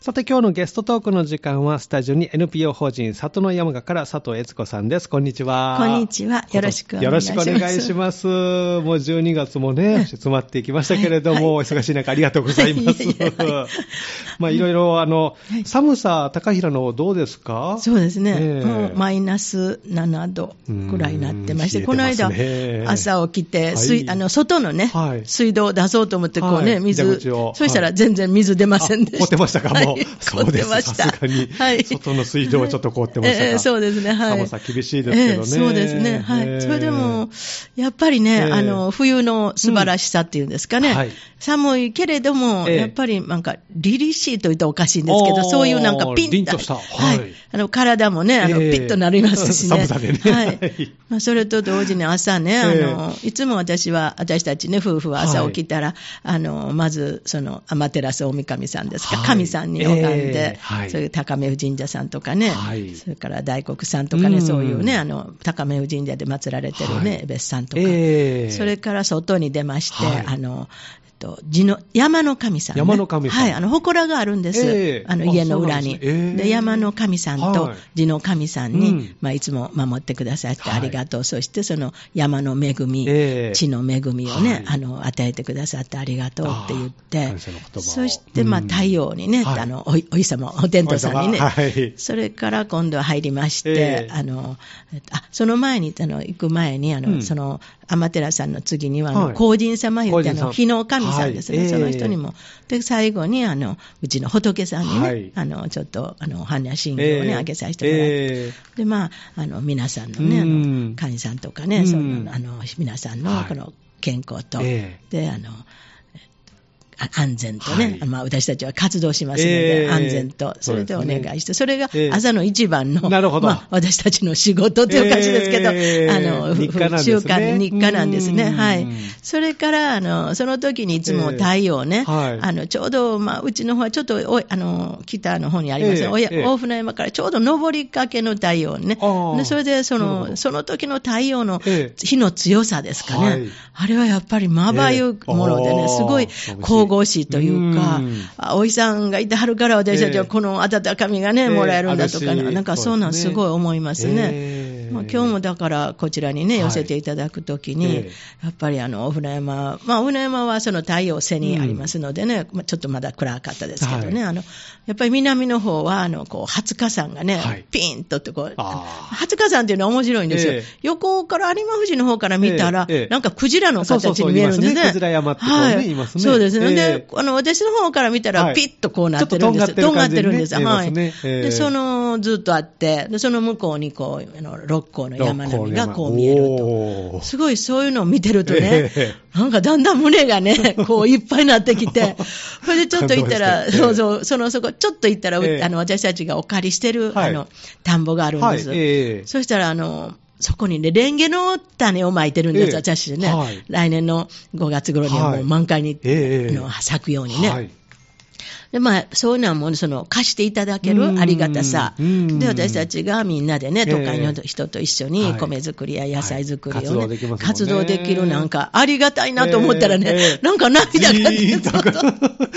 さて今日のゲストトークの時間はスタジオに NPO 法人里の山鹿から佐藤悦子さんです。こんにちは。こんにちは。よろしくお願いします。よろしくお願いします。もう12月もね、詰まっていきましたけれども、忙しい中ありがとうございます。 いやいやは まあいろいろあの、はい寒さ、高平の方どうですかそうですね、ええもうマイナス7度くらいになってまして、うんこの間冷えてますね、朝起きて、は水いあの外のね、はい水道を出そうと思って、こうね、はい蛇水、口をそしたはらい全然水出ませんでした。あ凍ってましたか、もう。はいそ凍うっでてす。まさしすた。がに、はい外の水道はちょっと凍ってましたか、 ええそうですね、はい。寒さ厳しいですけどねええそうですね、はい。ええそれでも、やっぱりね、ええあの、冬の素晴らしさっていうんですかね。うんはい寒いけれども、ええやっぱりなんか、凛々しいと言ったらおかしいんですけおーど、そういうなんかピン凛としたはいあの、体もね、あの、ええピッとなりますし寒ね。さでねははいい。まあ、それと同時に朝ね、あええの、いつも私は、私たちね、夫婦は朝起きたら、あの、まず、その、天照大神さんですか、はい神さんに拝んええで、はいそういう高め神社さんとかね、はいそれから大黒さんとかね、うんそういうね、あの、高め神社で祀られてるはいね、別さんとか、ええそれから外に出まして、はいあの、えっと地の山の神さん、ね、山の神さんはい、あの、祠があるんです。ええあの、あ家の裏そうに。なんですねええで、山の神さんはとい地の神さんに、うんまあ、いつも守ってくださってはいありがとう。そして、その山の恵み、ええ地の恵みをね、はいあの、与えてくださってありがとうって言っああて感謝の言、葉をそして、まあ、うん太陽にね、はいあの、おい、お日様、お天道さんにお日ね、様はいそれから今度は入りまして、ええあの、えっとあ、その前に、あの、行く前に、あの、うんその、天照さんの次には、あのはい皇人様言って、あ皇人様の、日の神さんですね、はいそええの人にも。で、最後に、あの、うちの仏さんにね、はいあの、ちょっと、あの、お話信え仰をね、えあげさせてもらって。ええで、まあ、あの、皆さんのね、あうんの、神さんとかね、うんその、あの、皆さんはの、いこの、健康と、えで、あの、あ安全とね、はいまあ、私たちは活動しますので、ええ安全と、それでそおうですね願いして、それがええ朝の一番の、なるほどまあ、私たちの仕事という感じですけど、ええあの、日課なんですね習慣の日課なんですね。うんはい。それから、あの、その時にいつも太陽ね、ええはいあの、ちょうど、まあ、うちの方はちょっとおい、あの、北の方にあります、ええおやええ大船山からちょうど上りかけの太陽ねあー。でそれで、そなるほどの、その時の太陽のええ火の強さですかね。はいあれはやっぱりまばゆいものでええね、すごい神々しいというかうん、あおいさんがいてはるから私たちええはこの温かみがね、ええもらえるんだとか、あるしなんかそうなんすごい思いますえねえ。まあ今日もだからこちらにね、はい寄せていただくときえにえ、やっぱりあの、お船山、まあ、お船山はその太陽背にありますのでね、まあちょっとまだ暗かったですけどはいね、あの、やっぱり南の方は、あの、こう、二十日山がねはい、ピーンとってこう、あー二十日山っていうのは面白いんですよええ。横から有馬富士の方から見たらええええ、なんかクジラのそうそう形そうに見えるんです言いますねね。クジラ山ってこうねはい言いますねそうですね。えでえ、あの、私の方から見たはいら、ピッとこうなってるんですちょっととんがってる感じにねとんがっ見えてるんでますすねはい。ええで、その、ずっとあって、でその向こうにこう、あの、六甲の山並みがこう見えると。おーすごいそういうのを見てるとね、えなんかだんだん胸がね、こういっぱいになって きて、それでちょっと行っ感動たら、してそうそう、そのそこ、ちょっと行ったら、ええあの、私たちがお借りしてる、はいあの、田んぼがあるんはでいす。、ええそしたら、あの、そこにね、レンゲの種をまいてるんです、ええ私ね、はい来年の5月頃にははもいう満開に、ええの咲くようにね。はいで、まあ、そういうのはもう、その、貸していただけうるんありがたさ。うんで、私たちがみんなでええね、都会の人と一緒はにい米作りや野菜作りをね、はい活動できますもんね活動できるなんか、ありがたいなと思ったらね、ええなんか涙がジーン出とて、そうそう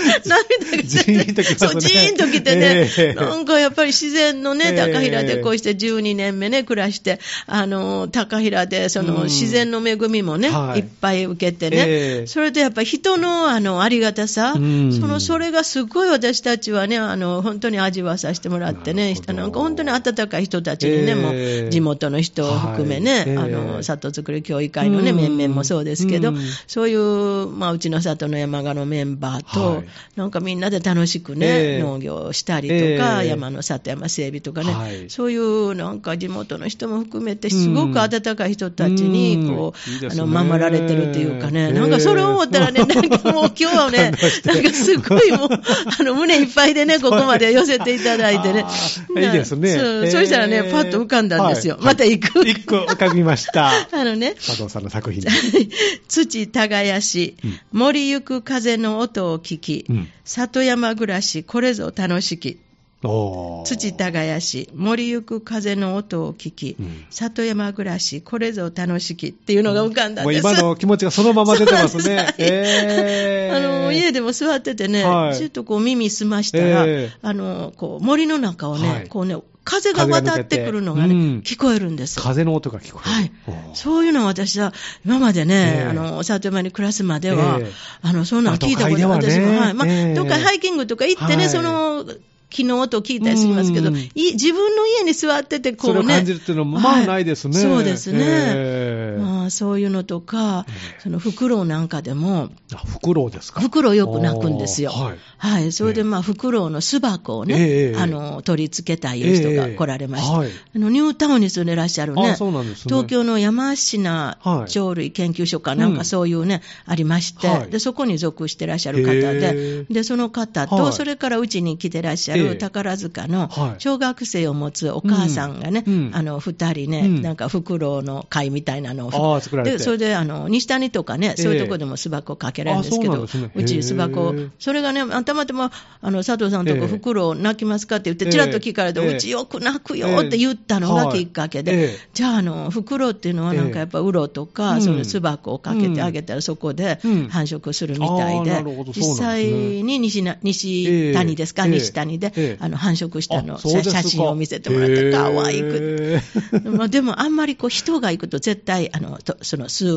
涙がジーンときますねそう、ジーンときてね、ええなんかやっぱり自然のええね、高平でこうして12年目ね、暮らして、あの、高平で、そうんの、自然の恵みもね、はいいっぱい受けてええね、それでやっぱり人の、あの、ありがたさ、そうんの、それそれがすごい私たちはね、あの、本当に味わさせてもらってなるねほ、どなんか本当に温かい人たちにね、ええもう地元の人を含めね、はいあええの、里作り協議会のうね、ん面々もそうですけど、うんそういう、まあ、うちの里の山鹿のメンバーと、はいなんかみんなで楽しくえね、え農業をしたりとか、ええ山の里山整備とかね、はいそういうなんか地元の人も含めて、すごく温かい人たちに、うんこう、いいであすねの、守られてるというかね、なんかそれを思ったらえ ね、えなんかもう今日 はね、なんかすごいもう、あの、胸いっぱいでね、ここまで寄せていただいてねあ。ーないいですねそうえーそしたらね、パッと浮かんだんですよ。はいまた行く。一個浮かびました。 あのね、佐藤さんの作品に。土耕し、森行く風の音を聞き、うん里山暮らし、これぞ楽しき。おー土耕し、森ゆく風の音を聞き、うん里山暮らし、これぞ楽しきっていうのが浮かんだんもうです。今の気持ちがそのまま出てます そうなんねで。すはいえあの家で。でも座っててね、はいちょっとこう耳澄ましたら、ええあのこう森の中をね、はいこうね風が渡ってくるのがね、風が抜けて聞こえるんです。風の音が聞こえはいる。おーそういうのは私は、今までね、ええあの、里山に暮らすまでは、ええあの、そんなの聞いたことまあ都会ではね私も、はい。まあ、ええどっかハイキングとか行ってはね、いその、木の音を聞いたりしますけど、うんい自分の家に座ってて、こそうね。れを感じるっていうのはまあないですねはいそうですね。ええまあ、そういうのとかえ、その、フクロウなんかでも、あフクロウですか。フクロウよく鳴くんですよ。おーはい。はい、それでええまあ、フクロウの巣箱をえね、えあの、取り付けたいう人が来られました。ええはいあの、ニュータウンに住んでらっしゃるね、あそうなんですね東京の山科はい鳥類研究所かなんうんかそういうね、ありまして、はいで、そこに属してらっしゃる方へえ、でで、その方と、はいそれからうちに来てらっしゃええる宝塚のはい小学生を持つお母さんがね、うんうんあの、二人ね、うんなんかフクロウの会みたいなのを、ああ作られてで、それで、あの、西谷とかね、そういうとこでも巣箱かけられるんですけあそうなど、んですねうち巣箱へえ、それがね、あたまたま、あの、佐藤さんとええこ、フクロウ泣きますかって言って、ええちらっと聞かれて、ええうちよく泣くよって言ったのええがはきいっかけえでえ、じゃあ、あの、フクロウっていうのは、ええなんかやっぱ、ウロとうか、んその巣箱をかけてあげたら、そこでうん繁殖するみたいあでーなるほど、そう実なん際ですねに西な西谷ですか、ええ西谷ええで、あの、繁殖したの、あそうですか写真を見せてもらって、可愛くて。へえ まあでも、あんまりこう人が行くと、絶対、あのとその数数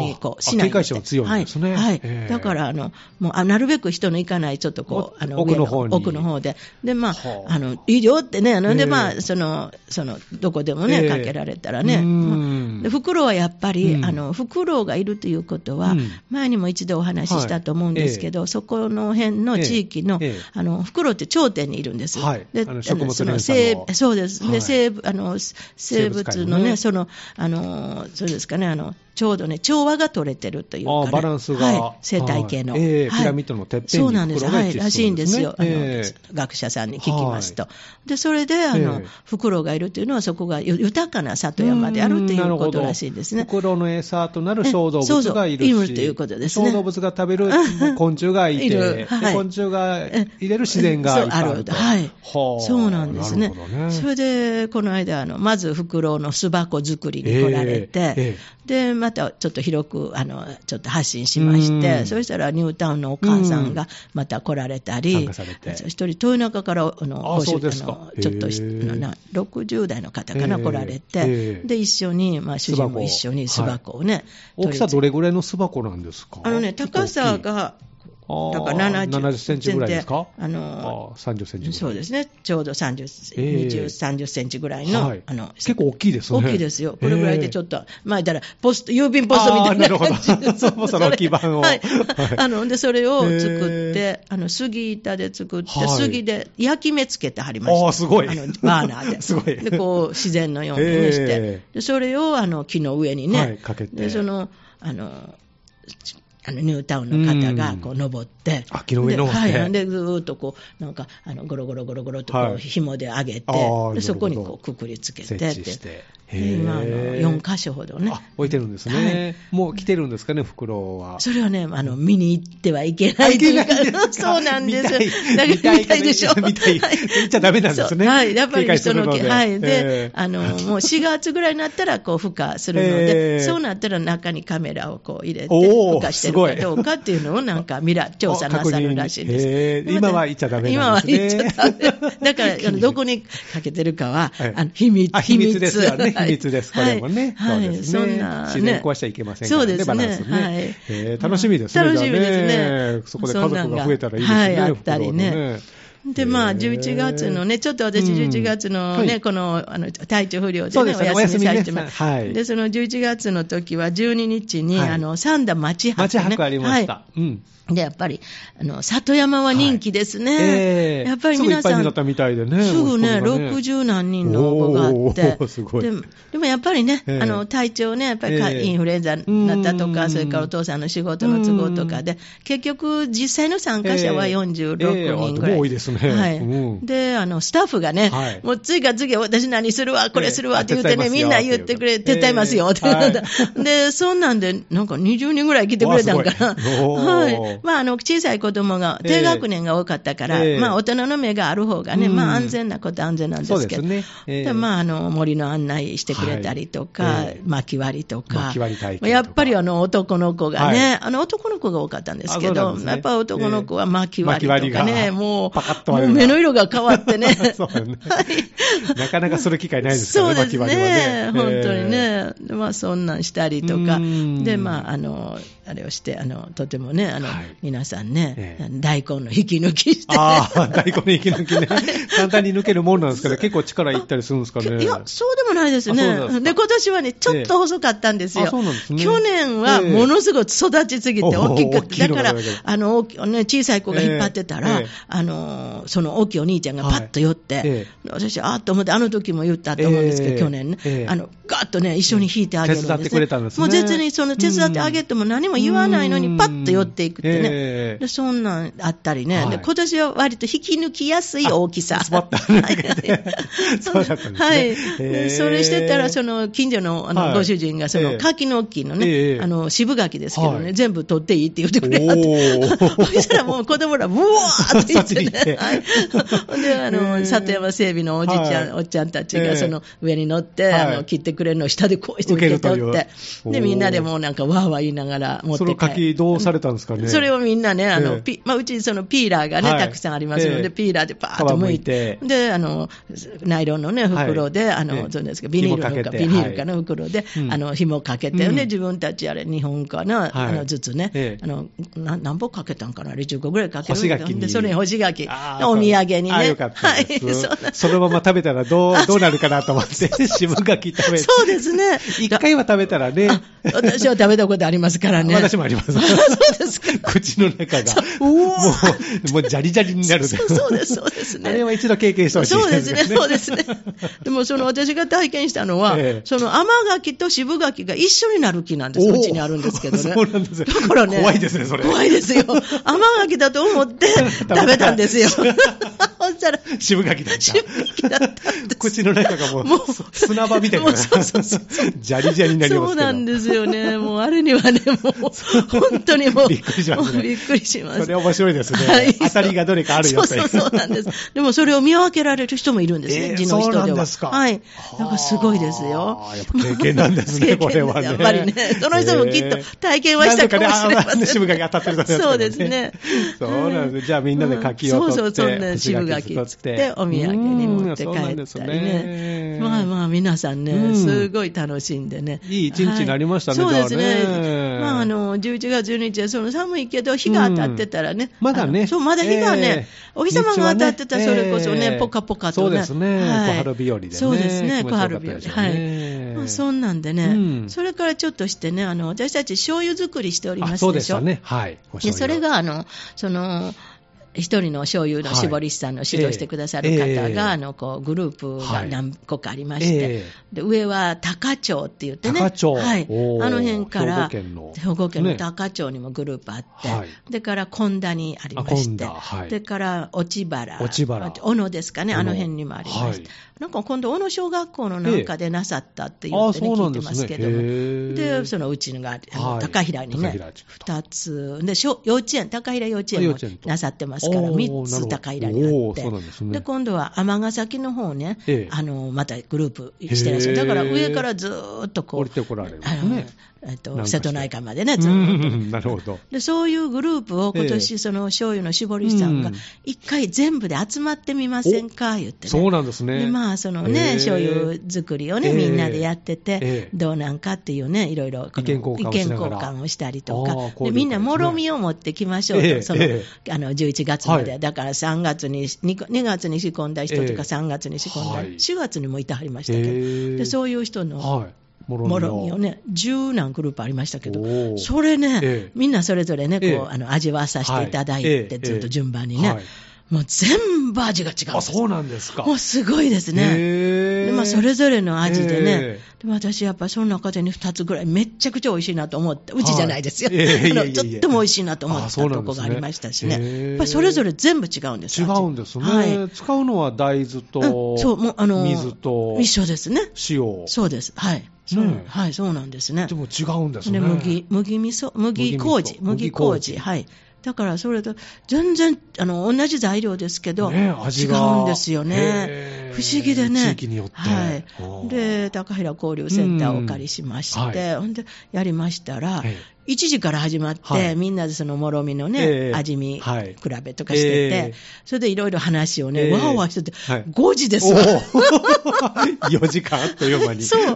にこあうしないん警戒心は強いんですねはいはいええだからあのもうあ、なるべく人の行かない、ちょっとこう、あの奥の方に上奥の方で、で、まあは、ああのいいよってね、なんええで、まあ、そのそのどこでもえね、えかけられたらうね。ーんまあでフクロウはやっぱり、うんあのフクロウがいるということは、うん前にも一度お話ししたと思うんですけど、そこの辺の地域の、ええええあのフクロウって頂点にいるんです、はいであの食物あのそ連鎖のの生そうです、はいで生物あの生物生物界ののねねそのあのそうですかねあのちょうどね調和が取れてるというかね、あーバランスがはい、生態系の、はいええはいピラミッドのてっぺんにそうなんです、フクロウはが位い、置らしいんですよ、するんですねあの学者さんに聞きますと、でそれであえの、えフクロウがいるというのはそこがゆ豊かな里山であるということらしいんですね。フクロウの餌となる小動えそう物そうがいるし、いるということですね小動物が食べ る昆虫がいて、いるではい昆虫が入れる自然がいっぱいあると。そうあるはいはあそうなんですねなるほどね。それでこの間あのまずフクロウの巣箱作りに来られて、えええでまたちょっと広くあのちょっと発信しましうてんそしたらニュータウンのお母さんがまた来られたり、参加されてそう一人豊中からあのあご主そうですかあのちょっとしへえあのな60代の方かな、ええ来られて、ええで一緒に、まあ、主人も一緒に巣巣箱箱をね、大きさ取どりれぐらいの巣箱なんですかあのね高さがだからあー 70, センチぐらいですかあのあー30センチぐらいそうですね、ちょうど30、ええ20、30センチぐらいの、はいあの結構大きいですね大きいですよ、これぐらいでちょっっと、まあ、言ったらポスト、郵便ポストみたいな感じあーなるほどそうポストの置き板をそれ はいはいあのでそれをへ作って、えあの杉板で作って、はい杉で焼き目つけて貼りました、あーすごいあのバー ナーですごいでこう自然のようにねして、へでそれをあの木の上にね、はいかけてでそのあのちあのニュータウンの方がこう登って、あ木の上に登ってではい、でずーっとこう、なんか、あのゴロゴロゴロゴロとこはいう紐で上げて、あーでそこになるこほうくくりつけてって、設置してで今あの、へえ4箇所ほどねあ。置いてるんですね、もう来てるんですかね、フクロウは。それはね、あの、見に行ってはいけないというか、あいけないんですか そうなんです。見たいだから見たいでしょ。見たいはい行っちゃダメなんですねそうはい。やっぱ警戒りすそるのので気、はえい。えで、あの、もう4月ぐらいになったら、こう、孵化するのえで、えそうなったら中にカメラをこう入れて、おー孵化してすごいるかどうかっていうのをなんか、ミラ、調査なさるらしいんです。へ えまた今は行っちゃダメなんですね今は行っちゃダ メ。だから、あのどこにかけてるかははい、あの秘密。あ秘密ですよね、はい秘密です、これもね、はそうい、はいですそねんな、ね。自然壊しちゃいけませんからね、そうですバランね。スね、はいへえ楽しみですね、楽しみですねじゃあねそこで家族が増えたらいいですそんね、なんがはいあったりねフクロウので、まあ、へえ11月のね、ちょっと私、うん11月のね、はいこのあの体調不良そでうでね、すねお休みさせてもらおっ休みねはいで、その11月の時は、12日に、はいあの、三田町博、ね。街博ありました。はうんいで、やっぱり、あの、里山は人気ですね。ええやっぱりすぐいっ皆ぱいさにんなったみたいでねす申し込ぐね、みがね60何人の応募があっておーすごいでもでもやっぱりね、ええあの体調ね、やっぱりか、ええインフルエンザになったとうか、んそれからお父さんの仕事の都合とかで、結局、実際の参加者はええええ46人ぐらい、あでも多いですますね。はいうんであのスタッフがね、はいもう次から次へ私何するわ、これするわって言ってえね、えみんな言ってくれ、手伝手伝いいまますすよっよってて言言うっのだ で、そんなんで、なんか20人ぐらい来てくれたんかわあな。す ごいはおーい。まあ、あの、小さい子供がええ低学年が多かったから、ええまあ、大人の目がある方がね、うんまあ、安全なことは安全なんですけど。そうですねええでまあ、あの、森の案内してくれたりとか、はいええ薪割りとか。薪割り体験とかまあやっぱりあの、男の子がね、あの、男の子が多かったんですけあそうなど、んですねやっぱ男の子は薪割りとかええ薪割りね、がもうパカッ、とも割うれるな目の色が変わ ってね。 そうだねはい。なかなかする機会ないですからね、そうです薪割りね、は本当にえね、でまあ、そんなんしたりとかう、んで、まあ、あの、あれをして、あの、とてもね、あの、はい皆さんえね、え大根の引き抜きしえて。ああ、大根の息抜き ね。簡単に抜けるもんなんですけど、結構力いったりするんですかね。いや、そうでもないですねあそうなんです。かで、今年はね、ちょっと細かったんですよ。ええあそうなんですね去年はものすごい育ちすぎてええ大きおーく大きて、いのだがからだけど、あの、大きね小さい子が引っ張ってたら、ええええあの、その大きいお兄ちゃんがパッと寄って、はいえ私、あーっと思って、あの時も言ったと思うんですけど、ええ去年ね、ええあの、ガーッとね、一緒に引いてあげるんです、手ね。伝ってくれたんですねもう別に、その、手伝ってあげても何も言わないのうにん、パッと寄っていくってね。ええでそんなんあったりね、はいで今年は割と引き抜きやすい大きさ。スパッと抜けて はいそうだったんですねはい。へーでそれしてたら、その近所のあの、はいご主人が、そええの柿の木のね、ええあの渋柿ですけどね、はい全部取っていいって言ってくれはっおーて、 そしたらもう子供ら、ブワーって言っ てそっちに行ってね、はい、ほんであへのー里山整備のおじいちゃん、はいおっちゃんたちええが、その上に乗って、はいあの切ってくれるのを下でこうして受け取っ受けるてという、でみんなでもうなんかわーわー言いながら持ってその帰柿どうされたんですかね。そをれをみんなね、あええのピまあ、うちそのピーラーがね、はいたくさんありますので、ええピーラーでバーッと剥い皮て、剥いであのナイロンの、ね、袋はで、いあええのそうですかビニール紐のかかけてビニールかの袋で、うんあの紐かけて、うんで自分たちあれ、2本かな、はいあのずつね、ええあのな何本かけたんかな、あれ10個ぐらいかける干し柿にでそれに干し柿、あおー土産にね。あーよかったはい、ですそんなそのまま食べたらどう、どうなるかなと思って、 渋柿食べて。そうですね。一回は食べたらね、あ私は食べたことありますからね。私もあります。 そうですか。口の中が、そうもうわう、もう、じゃりじゃりになる。そうそうです、そうですね。あれは一度経験してほしいそうですね、そうでですね。でも、その私が体験したのは、ええその甘柿と渋柿が一緒になる木なんです、おーうちにあるんですけどね。そうなんですよだからね。怖いですねそれ怖いで すよ。甘柿だと思ってた食べたんですよ。ほ んたら、す。渋柿だった渋。柿だったんです。口の中がもう、もうす砂場みたいな。もうそうそうそじゃりじゃりになりますけど。そうなんですよね。もうあれにはね、もう、本当にもう、びっくりしますねもうびっくりしますそれ面白いですね。はい当たりがどれかあるよそうって。そうそうなんです。でもそれを見分けられる人もいるんですえね、ー地の人では。そうなんですかはい。なんかすごいですよあーやっぱ。経験なんですね経験これはねやっぱりね、その人もきっと体験はしたかもしれまなんとかねあーせん。渋柿当たってるとねそうですね。そうなんです。じゃあみんなで柿を取って、うんそうそう、そんな渋柿干し作って、お土産に持って帰うんそうなんでっすたりねね。まあまあ、皆さんうね、んすごい楽しんでね。いい一日になりましたねはいそうですじゃあねね。まあ、あの、11月12日はその寒いけど、日が当たってたらね。うんまだねあのそう、まだ日がね、えーお日様が当たってたら日中そはねれこそえーね、ぽかぽかとね。そうですね小春日和でねそうですね、気持ちよ小かった春で日和。しょうねはい。まあそんなんでね、うんそれからちょっとしてね、あの、私たち醤油作りしておりますあでしょ。そうでしたね。はい。お醤油でそれ、があのその一人の醤油の絞り師さんの指導してくださるはいえ方えが、あのこうグループはがい何個かありまして、えで上は高町って言ってね、高町はい、あおーの辺から兵庫県の兵庫県のね高町にもグループあって、はいでから本田にありまあ本し田て、はいでから落原、落原あ小野ですかね、あの辺にもありました、はいなんか今度、小野小学校のなんかでなさったって言って、ねええあそうなん聞でいてすねますけどもへえでそのうちのがあのはい高平に高ね平地区と、 2つで小幼稚園、高平幼稚あ幼園も稚園となさってますから、おー3なるほどつ高平にあおっーて、そうなんですね今度は尼崎の方ね、ええあのまたグループしてらっしゃへる、えだから上からずーっとこう、降りてこられるんですあねのえっ南下として瀬戸内海までね、ずうーっと。ん、なるほど。でそういうグループを今ええ年その醤油の絞り師さんうがん、一回全部で集まってみませんか、言ってね。そうなんですね。でまあそのへえね、醤油作りをえね、えみんなでやってて、ええどうなんかっていうね、いろいろこの意見交換をしながら意見交換をしたりとああか交流、会でみんなもろみを持ってきましょうと、ええそのえあの11月まで、はいだから3月に2、2月に仕込んだ人とええか、3月に仕込んだ、はい4月にもいてはりましたけど、へえでそういう人のはい。ももろみをね、10何グループありましたけおーど、それね、ええみんなそれぞれね、こう、ええあの味わわさせていただいて、はええずっと順番にね、はいもう全部味が違うんです。あ、そうなんですか。もうすごいですね。へでーまあ、それぞれの味でねへ、でも私、やっぱりその中でね、2つぐらい、めっちゃくちゃ美味しいなと思って、うちじゃないですよ、はいいやいやいや あのとっても美味しいなと思ったあそうなんですねとこがありましたしへね、えやっぱりそれぞれ全部違うんです違ようんですね、はいうん使うのは大豆と、そうもうあの水と一緒ですね、塩そうです、はい、そうねえはい、そうなんですねで。も違うんですねで麦麦味噌麦麹麦麹麦麹はいだからそれと全然あの同じ材料ですけど、ね味違がうんですよへねー不思議でね地域によってはいおー、で高平交流センターをお借りしまして、うんほんでやりましたら、え1時から始まって、はいみんなでそのもろみのえね、え味見比はいべとかしてて、ええそれでいろいろ話をね、ええわーわーしてて、はい5時ですおわ。 4時間あっという間にそう、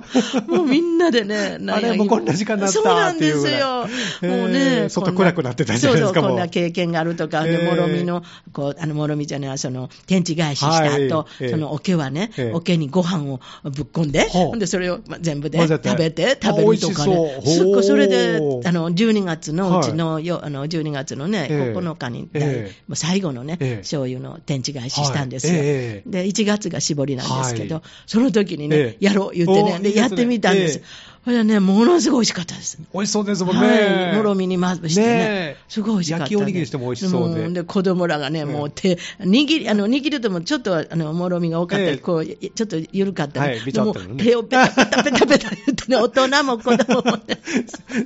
もうみんな でね、なんやあれもうこんな時間だったそうなんですっていうぐよ。らいもうへねー、外こん暗くなってたじゃないですかそうそもう、うこんな経験があるとか、へでーもろみの、こう、あの、もろみじゃない、その、天地返しした後はい、そのおけはねええ、おけにご飯をぶっ込んで、ほうほんでそれをま全部で混ぜて食べて、食べるとかあね美。味しそうすっごい、それでほう、あの、12月のうちの、よあの12月のね、ええ9日に、ええもう最後のねええ、醤油の天地返ししたんですはいよえ。えで、1月が絞りなんですけはどい、その時にえね、えやろう言っておね、いいでで、すねやってみたんでえすえ。これはね、ものすごい美味しかったです。美味しそうですもんね、はい、もろみにまぶしてねねえすごい美味しかった、ね、焼きおにぎりしても美味しそうでん子供らがね、もう手、握り、あの、握るともちょっと、あの、もろみが多かったり、ええこう、ちょっと緩かったり、はいびちゃっもとねう手をペタペタペタペタ言ってね、大人も子供もね。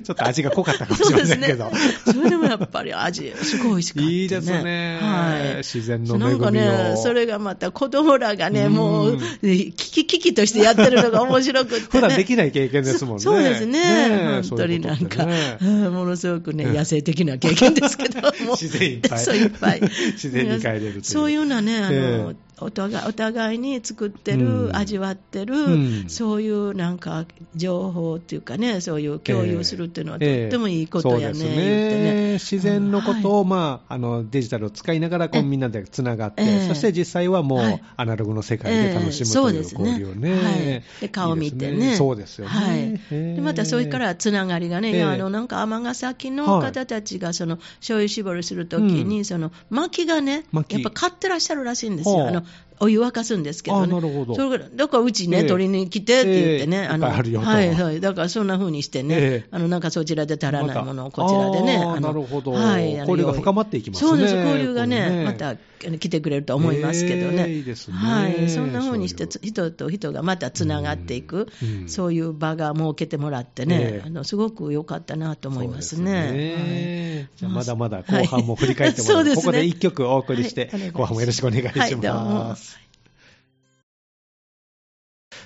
ちょっと味が濃かったかもそしうれまですせんけねど。。それでもやっぱり味、すごい美味しかった、ね。いいですねはい。自然の恵みをなんかね、それがまた子供らがうね、んもう、キキキキとしてやってるのが面白くって、ね。 普段できない経験ですもんね。そそうですねねえ本当になんか、そういうことってねうんものすごくね、野生的な経験ですけど、もう 自然いっぱいそういっぱい。 自然に帰れるというそういうのはね、あの、ええお互いお互いに作ってうんる、味わってる、うんそういうなんか情報っていうかね、そういう共有するっていうのはとってもいいことえやね、えそう言でってすねね。自然のことを、うんまあ、あのデジタルを使いながらこうええみんなでつながって、ええそして実際はもう、はいアナログの世界えでえ楽しむそとういうです交流をね,、はい、で顔を見てねいいですそうですよね、はいええでまたそれからつながりがね、ええいやあのなんか尼崎の方たちがその醤油絞りするときに、うんその薪がね薪やっぱ買ってらっしゃるらしいんですよ、はああのお湯沸かすんですけどあねなるほどそれからだからうちね、ええ取りに来てって言ってね、ええのいっぱいあるよとはいはい、だからそんな風にしてね、ええあのなんかそちらで足らないものをまたこちらでね、あーのなるほどはい、あの交流が深まっていきますねそうです、交流がこれねね、またあの来てくれると思いますけどね、ええいいですねはい、そんな風にしてそ人と人がまたつながっていく、うんうんそういう場が設けてもらってね、ええあのすごく良かったなと思いますそうでね。すはいねじゃあままあだまだ後半も振り返ってもはらいそうですこねこで一曲お送りして、はいお願いします後半もよろしくお願いします、はいどうも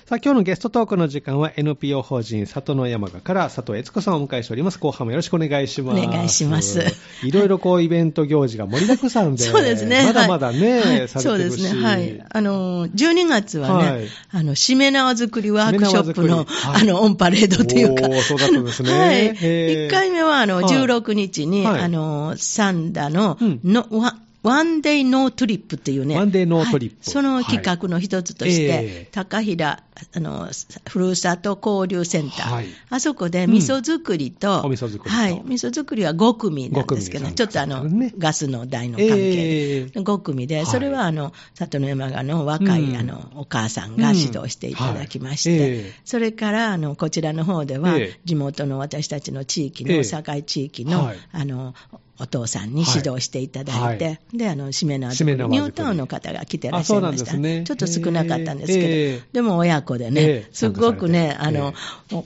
さあ今日のゲストトークの時間は NPO 法人里の山賀から佐藤悦子さんをお迎えしております後半もよろしくお願いしますお願いしますいろいろこうイベント行事が盛りだくさんでそうですね。まだまだね、はいはいされそうてでるしすね。はい。あの、12月はね、はいあの、しめ縄作りワークショップしめ縄の、作りはいあの、オンパレードっていうか。おーそうだったんですねはい。へー1回目は、あの、はい16日に、はいあの、サンダの、うんのワワンデイノートリップっていうね。ワンデイノートリップはいその企画の一つとして、はいええ高平、あの、ふるさと交流センター。はいあそこで味噌作りと、うんお味噌作りとはい。味噌作りは5組なんですけど、 5ね、組ちょっとあの、ねガスの台の関係で、ええ5組はいで、それはあの、里の山賀の若い、うんあのお母さんが指導していただきまして、うんはいええそれからあのこちらの方では、ええ地元の私たちの地域ええの、堺地域の,、はいあのお父さんに指導していただいて、はいであのしめ縄作しめり縄ニ作りュータウンの方が来てらっしゃいましたあそうなんですねちょっと少なかったんですけど、ええええでも親子でね、ええすごくね、参加されあての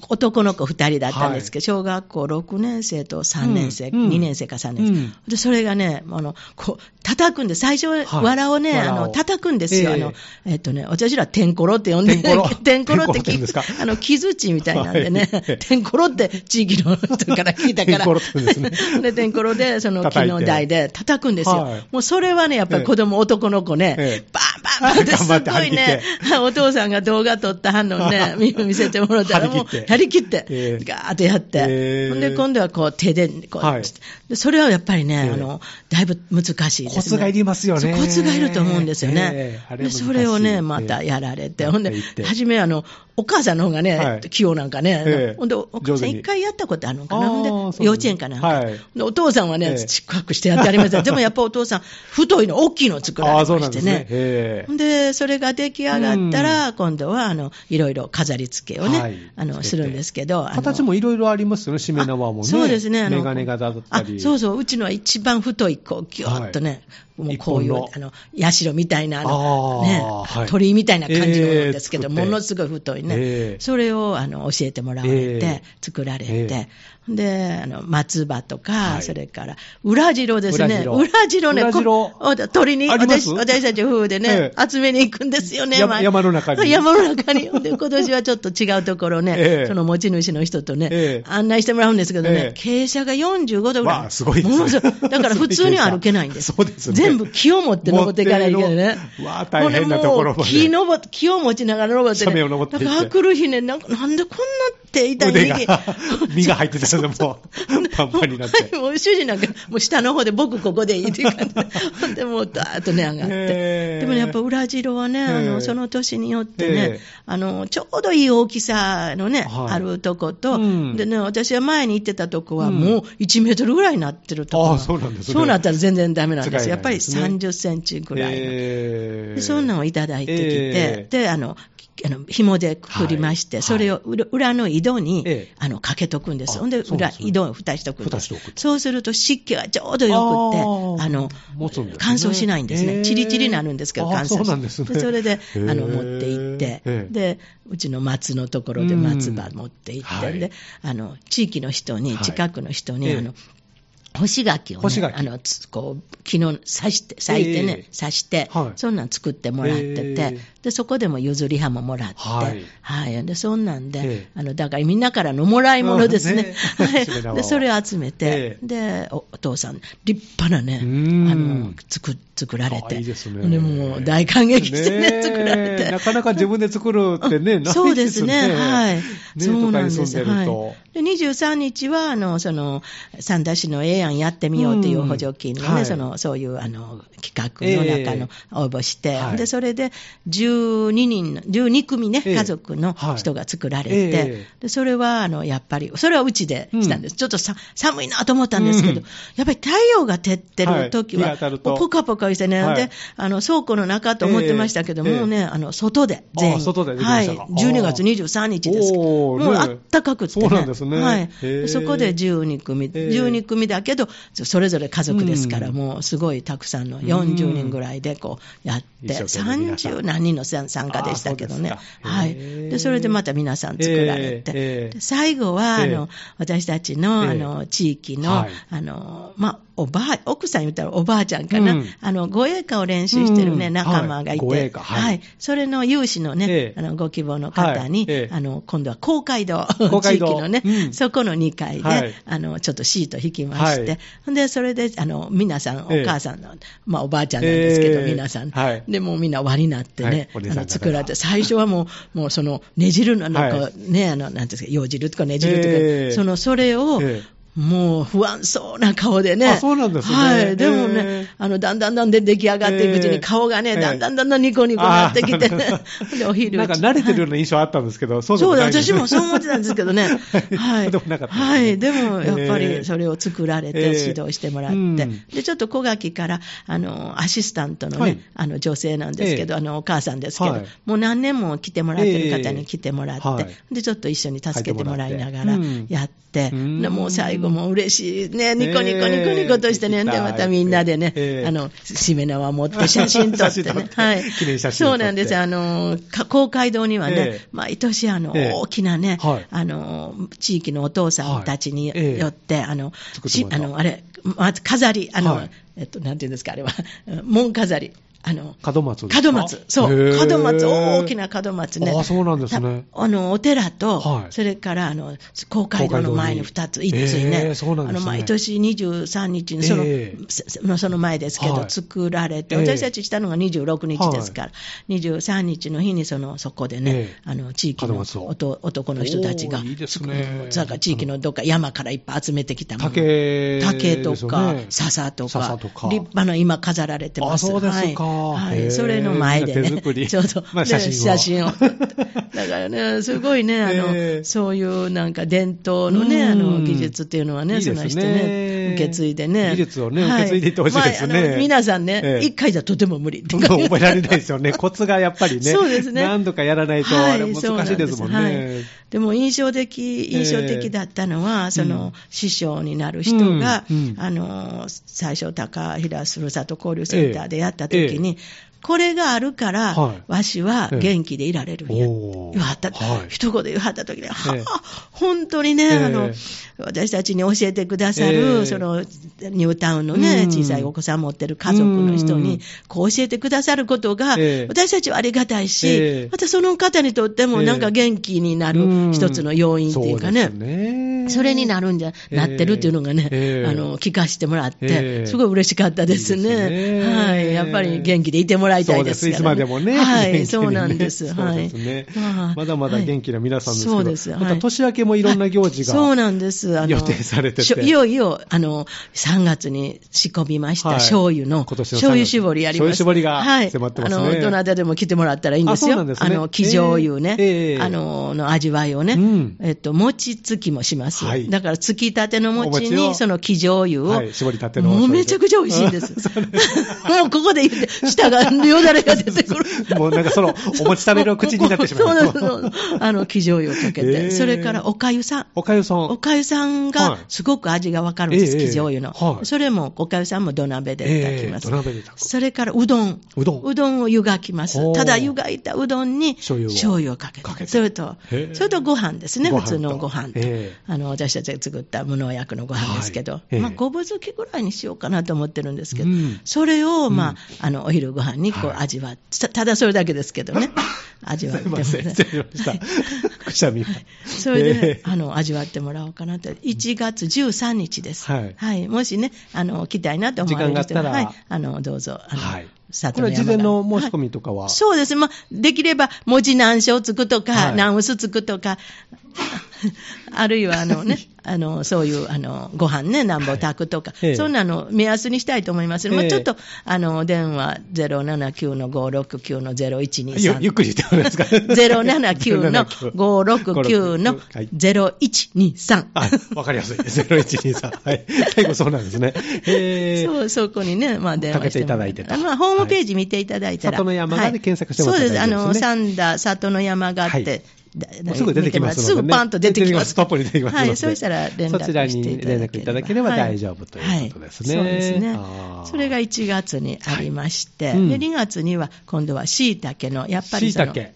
男の子2人だったんですけど、小学校6年生と3年生、うんうん2年生か3年生、うんでそれがね、あのこう叩くんで、最初、はいわらをね、藁をあの叩くんですよ、ええあのえっとね、私ら、てんころって呼んで、てんころ てんころってんころてって言うんですかあの木づちみたいなんでね、はいてんころって地域の人から聞いたから、てんころって言うんですね でてんころで、その木叩いての台で叩くんですよ、はいもうそれはね、やっぱり子供、男の子ね、ええバンバ私す張ってごいね、お父さんが動画撮った反応 ね、見見せてもらったら、もう張張り切り切っってて、ええガーッとやって、ええほんで今度はこう手でこう、はいでそれはやっぱりね、ええあの、だいぶ難しいです、コね、ツがいりますよねそうコツがいると思うんですよね、ええあれで難しいそれをええね、またやられて、ほんでやっていって、初めあの、お母さんの方がね、はい器用なんかね、ええほんで、お母さ上手んに一回やったことあるのかあな、ーほんでそうですね幼稚園かなんか、はいでお父さんはね、ええちっこくしてやってありま した。でもやっぱお父さん、太いの、大きいの作らあれあ、そうなまんしでてすねね。。ええで、それが出来上がったら、今度は、あの、いろいろ飾り付けをね、はいあつけの、てするんですけど。あの形もいろいろありますよね、しめ縄もね。あそうですね。あのメガネ型だったり。あそうそう。うちのは一番太い、こう、ぎゅーっとね、はいもうこうい一う、本のあの、社みたいな、あの、あーね、はい鳥居みたいな感じのものですけえーど、作ってものすごい太いね。ええそれを、あの、教えてもらわれて、ええ作られて、えで、あの、松葉とか、はいそれから、裏白ですね。裏裏白白ね、裏白こお鳥にありま私、す私たち夫婦でねえ、え集めに行くんですよね。山まあ山の中に山の中に。で、今年はちょっと違うところ ね、ええその持ち主の人とね、ええ案内してもらうんですけどえね、え傾斜が45度ぐらわあい。すごいですねものすごい だから普通には歩けないんです。そうですね全部木を持って登っていかないといけないね持って。のわあ大変なところまでほんでもう木登っ木を持ちながら登って、ね、斜面を登っていってなんか明くる日ね、なんかなんでこんなって痛い腕右が、 身が入ってた らもう、パンパンになって。もう主人なんか、もう下の方で僕ここでいいっていう 感じで、ほんでもうダーッとね、上がっへーて。でもね、やっぱ裏白はね、あへーの、その年によってへーね、あの、ちょうどいい大きさのね、はいあるとこと、うんでね、私は前に行ってたとこはもう1メートルぐらいになってるとこがあーそうなんですねそうなったら全然ダメなんで使えす。なやいっんぱりですね30センチぐらいの。ええでそんなんをいただいてきて、ええで、あの、きあの紐でくくりまして、はいそれを裏裏の井戸に、ええあのかけとくんであす。ほんで、そうなん裏、ですね井戸を蓋しとくんです蓋しとくとそうすると湿気がちょうどよくって、あーあの、持つんですね乾燥しないんですええね。チリチリになるんですけど、あー乾燥しそうなんですねそれで、あへの、え持って行って、ええで、うちの松のところでうん松葉持って行って、はいで、あの、地域の人に、はい近くの人えに、えあの、干し柿を干しね、柿あの、つこう、木の刺して、裂いてええね、刺して、はいそんなん作ってもらってて、ええでそこでも譲り葉ももらって、ははいいでそんなんで、ええあのだからみんなからのもらい物ですね、うんねはい締め縄をでそれを集めてえ、えでおお父さん、立派なね、うあーんの作作られ可愛て、いですねもう大感激してね、え作られて。なかなか自分で作るって ね、ないですね。そうですね、はい。そうなんそでうす。は。はいで、23日は、あの、その、三田市のええやんやってみようという補助金のね、うんはいその、そういう、あの、企画の中のえ応募して、はいで、それで、12人の、12組ね、ええ家族の人が作られて、はいええで、それは、あの、やっぱり、それはうちでしたんです。ちょっとさ寒いなと思ったんですけど、うんやっぱり太陽が照ってる時はいは、日当たるともうポカポカしてね、はいで、あの、倉庫の中と思ってましたけど、ええもうね、あの、外で、全あ員。外でできまはしい。たか12月23日ですけど。おもーうねあったかくってね。そうなんですねはいへー。そこで12組、へー12組だけど、それぞれ家族ですから、うんもうすごいたくさんのうん40人ぐらいでこうやって、一生懸命皆さん30何人の参参加でしたけどねあ。そうはでい。すかへーで、それでまた皆さん作られへーへーて。で最後は、あへーの、私たちの、へーあの、地域の、はいあの、まあ、おばあ、奥さん言ったらおばあちゃんかな。うんあの、護衛歌を練習してるうね、ん仲間がいて。はい護衛歌はいはい。それの有志のね、ええあの、ご希望の方に、はいええあの、今度は公会堂、公会地域堂のね、うんそこの2階で、はいあの、ちょっとシート引きまして、はいほんで、それで、あの、皆さん、おええ母さんの、まあ、おばあちゃんなんですけど、ええ皆さん、はいで、もうみんな輪になってね、はいお姉あさん方がの、作られて、最初はもう、も うその、ねじるの、なんか、はいね、あの、なんていうんですか、用汁とかねじるとか、ええその、それを、ええもう不安そうな顔でね。あそうなんですねはい。でもね、ええあの、だんだんだんで出来上がっていくうちええに顔がね、だんだんだんだんニコニコなってきてね。 で、お昼。なんか慣れてるような印象あったんですけど、そうでそもうなだ、いんです私ねもそう思ってたんですけどね。 は。はいい。そうでもなかった。はい。でも、やっぱえーりそれを作られて、えー指導してもらっうて。んで、ちょっと小垣から、あの、アシスタントのね、はいあの、女性なんですけど、えあの、お母さんですけど、はいもう何年も来てもらってる方に来てもらって、えーはいで、ちょっと一緒に助けてもらいなが入ってもらっらてうんやって、うんでもう最後も嬉しいね、ニコニコニコニコとしてね、えーで、またみんなでね、えーあの、しめ縄持って写真撮っ写て真撮っね、てはい。記念写真を撮ってそうなんですよあの、か公会堂にはね、ええ毎年あの、ええ大きなね、はいあの、地域のお父さんたちによはいええって、あの、作ってしもらあったの、あれ、まず飾り、あの、はい えっと、なんていうんですか、あれは、門飾り。あの、門松ですか門松。そう。へー門松、大きな門松ね。あそうなんですねたあの、お寺と、はいそれから、あの、公会堂の前に2公つ、会堂に1つにへね、ーそうなんですねあの、毎年23日に、その、えそのその前ですけど、はい作られて、ええ私たちしたのが26日ですから、23日の日に、その、そこでね、ええあの、地域門の松をおと男の人たちがおーいいですねそれから地域のどっか山からいっぱい集めてきたもの。竹竹でとすよかね、笹とか、笹とか立派な今飾られてます。あそうですかはへい。ーはい、それの前でみんな手ね作り、 ちょうど、まあで写真を写 真を。だからね、すごいね、あの、へーそういうなんか伝統のね、うんあの、技術っていうのはね、いいですねその人ね、受け継いでね。技術をね受け継いでいってほしいですねまああの皆さんえね、え一回じゃとても無理ってもう感じ 覚えられないですよね。コツがやっぱりね。そうですね何度かやらないと、はあれ難しいですもんね。そうなですはいでも印象的、印象ええ的だったのは、その、うん師匠になる人が、うんうんあの、最初、高平ふるさと交流センターでやった時に、これがあるから、はいわしは元気でいられるんや。おー言わはった、はい一言言わはった時に、はええあ、本当にね、えあのえ、私たちに教えてくださえる、えその、ニュータウンのね、うん小さいお子さん持ってる家族の人うんに、こう教えてくださることが、ええ私たちはありがたいし、ええまたその方にとっても、なんか元気になうんる一つの要因っていうかね。そですねそれになるんじゃ、なってるっていうのがね、ええあの、聞かせてもらって、ええすごい嬉しかったですね。いいですねはい。やっぱり元気でいてもらいたいですから、そうですいつまでもねは 元気にねい、そうなんで す。そうはい。ですねはいまだまだ元気な皆さんですけど、はいそうですはいまた年明けもいろんな行事が。そうなんです。予定されててしょいよいよ、あの、3月に仕込みました、はい醤油の、今年の3月醤油絞りやります。醤油絞りがはい迫ってますねあの、どなたでも来てもらったらいいんですあよ。そうなんですねの、生醤油ね、ええええあの、の味わいをね、うんえっと、餅つきもします。はいだから、つきたての餅お餅をに、その生醤油を、はい絞りたてのもうめちゃくちゃ美味しい んです。もうここで言って、舌が、よだれが出てくる。もうなんかその、お餅食べる 口になってしまう。そうそうそうそうあの、生醤油をかけて、ええそれからおかゆさん。おかゆさん。おかゆさんはいがすごく味がわかるんです、ええええ生醤油の、はいそれもおかゆさんも土鍋で炊きまえす、え土鍋で炊くそれからうどん、うどんを湯がきまほうす、ただ湯がいたうどんに醤油を醤油をかけて、かけてそれとへえそれとご飯ですね、ご飯普と通のご飯と、ええあの私たちが作った無農薬のご飯ですけど、はいええまあ、ごぶ漬けぐらいにしようかなと思ってるんですけど、うんそれを、うまんああのお昼ご飯にこうはい味わって、たただそれだけですけどね、味わ っすいてもまらせん。失礼しま した。くしゃみが。それでね、ええあの味わってもらおうかなと、1月13日です、はいもしねあの、来たいなと思われる人時間は、があったはらい、あのどうぞ、あのはいこ里れはの事山前のが申し込みとかは。そうです、まあ、できれば文字何章つくとか、はい何薄つくとか、 あるいはあ の、ね、あのそういうあのご飯ね、何本炊くとか、ええそんなの目安にしたいと思います、まあええちょっとあの電話079-569-0123ゆゆっくり言ってもらえますか 079の569のはいあ0123。、わかりやすい。0123。はい。最後そうなんです ね。えーそう、そこにね、まあ、電話してもらかけていただいてとまあ、ホームページ見ていただいたら。はい里の山がではい検索してもらったらいいですねそうです。あの、サンダー、里の山があっはいて、だもうすぐ出てきますので、ね、すぐパンと出てきます。ストップに出てきますので、はい、そうしたら連絡そちらしていにただ連ければ。絡いただければはい大丈夫ということですね。はいそうですねあー。それが1月にありまして、はいうんで2月には今度は椎茸の、やっぱり椎その、茸。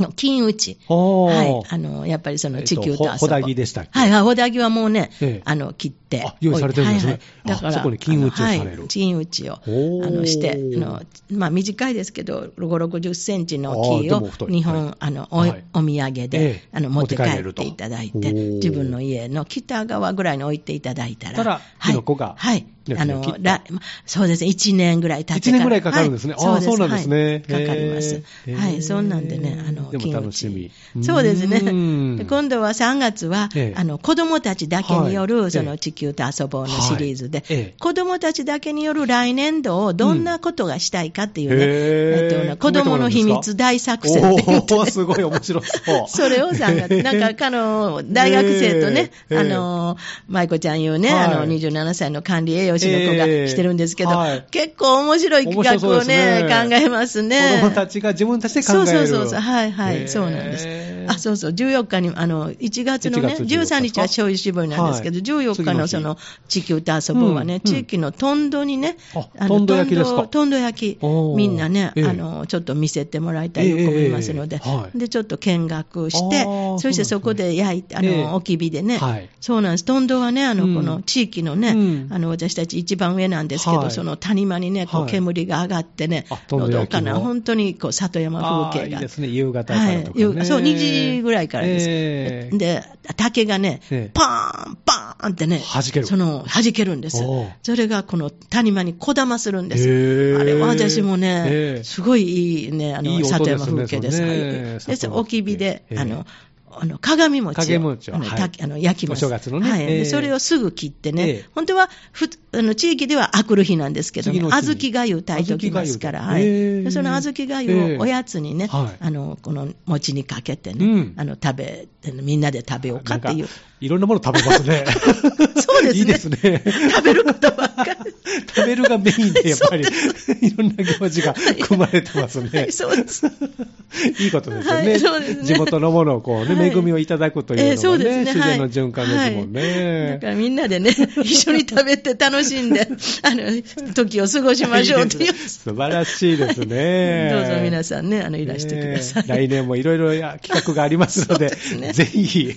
の金打ち。おーはい。あの、やっぱりその地球と遊ぼえっうとほほだぎでしたっけはいはい、ほだぎはもうねええ、あの、切って。あ用意されてるんですねはいはいだから、あそこに金打ちをされるあのはい金打ちを、あおーの、して、あの、まあ、短いですけど、5、60センチのあー木でをも太い日はい本、あの、おはいお土産えでえ、あの、持って帰持って帰れるっとていただいおて、ー自分の家の北側ぐらいに置いていただいたら。たらはキいノコがはいキノ。コあが切のっ、たらまそうですね、1年ぐらい経って1年ぐらいかかるんですね。はいああ、そうなんですね。はいかかります。へーはい、そんなんでね、あの、でも金楽打しみち。そうですね。うんで今度は3月は、ええあの、子供たちだけによる、はいその地球と遊ぼうのシリーズで、はいええ子供たちだけによる来年度をどんなことがしたいかっていうね、うんへええっと、子供の秘密大作戦って言って、おー、すごい面白そう。 それを3月、 なんか、あの、大学生とね、ええあの、舞子ちゃんいうね、はいあの、27歳の管理栄養士の子がええしてるんですけど、はい結構面白い企画をね、面白そうです考ねえますね。子供たちが自分たちで考えそうる。そうそうそう、はいはい、へーそうなんです。あ、そうそう、14日に、あの、1月のね、 1月14日ですか13日は醤油絞りなんですけど、はい14日のその地球と遊ぼうはね、うんうん地域のトンドにね、ああのトンド焼きですかトンド焼き、おーみんなね、ええあの、ちょっと見せてもらいたいと思いますのえでえええは、いで、ちょっと見学しあーて、そしてそうそなんこですで焼いて、あええの、おき火でね、はいそうなんです。トンドはね、あの、うんこの地域のうねん、あの、私たち一番上なんですけはど、いその谷間にね、こはう、い煙が上がってねあ、トンのドど焼きかのな、本当にこう、里山風あー景いいがで。すね、夕方からとか、ねはい、そう、2時ぐらいからです。ええで、竹がね、ええパーン、パーンってね、弾けるその、弾けるんですおう。それがこの谷間にこだまするんでへす。えあれは私もね、ええすごいいいね、あの、いい音里ですね山風景です。それねはいで、里そ山風景うおき火で、ええあの、あの鏡餅を鏡餅をあのはいたあの焼きます。お正月のねはいでええそれをすぐ切ってね、ええ本当はふあの地域ではあくる日なんですけど、ね、次の日に小豆がゆ炊いておきますから、小豆は粥いええでその小豆がゆをおやつにね、ええはいあのこの餅にかけてね、うんあの食べあのみんなで食べようかってないんうか。いろんなもの食べますね。 そうですね。いいですね。食べることばっかり。食べるがメインで、やっぱり、いろんな行事が組まれてますね。はい、 そうです。いいことですよね。はいそうですね地元のものをこうね、はい恵みをいただくというのえはね、えそうですね。自然の循環ですもんはいだね。からみん なでね、一緒に食べて楽しんで、あの、時を過ごしましょうっ ていう。素晴らしいですね。 どうぞ皆さんさんね、あの、いらしてください。来 年もいろいろや企画がありますので、そうですねぜひ、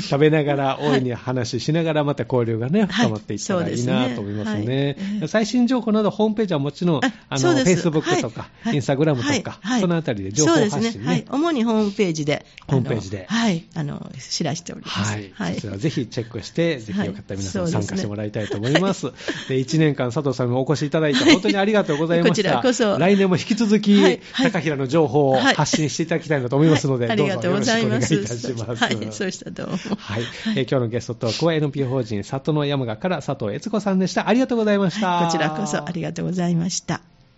食べながら、大いに話ししながら、また交流がね、はい深まっていったらいいなと思いますそうでねすね。はい最新情報など、ホームページはもちろん、ああその、うです Facebook とか、はい Instagram とか、はいはいそのあたりで情報発そうです信ね。はいね。。主にホームページで。あのホームページではい。あの、知らしております。はい、そちらぜひチェックして、ぜひよかったら皆さんはい参加してもらいたいと思い ます。で1年間佐藤さんもお越しいただいてはい本当にありがとうございました。こちらこ そ来年も引き続き、はいはい高平の情報をはい発信していただきたいなと思いますので、はいあどりうぞがとようろごしくざいお願いまいす。たします。はい。そうしたらどうも。はい、えー今日のゲストトークは NPO 法人里の山賀から佐藤悦子さんでした。ありがとうございました。こちらこそありがとうございました。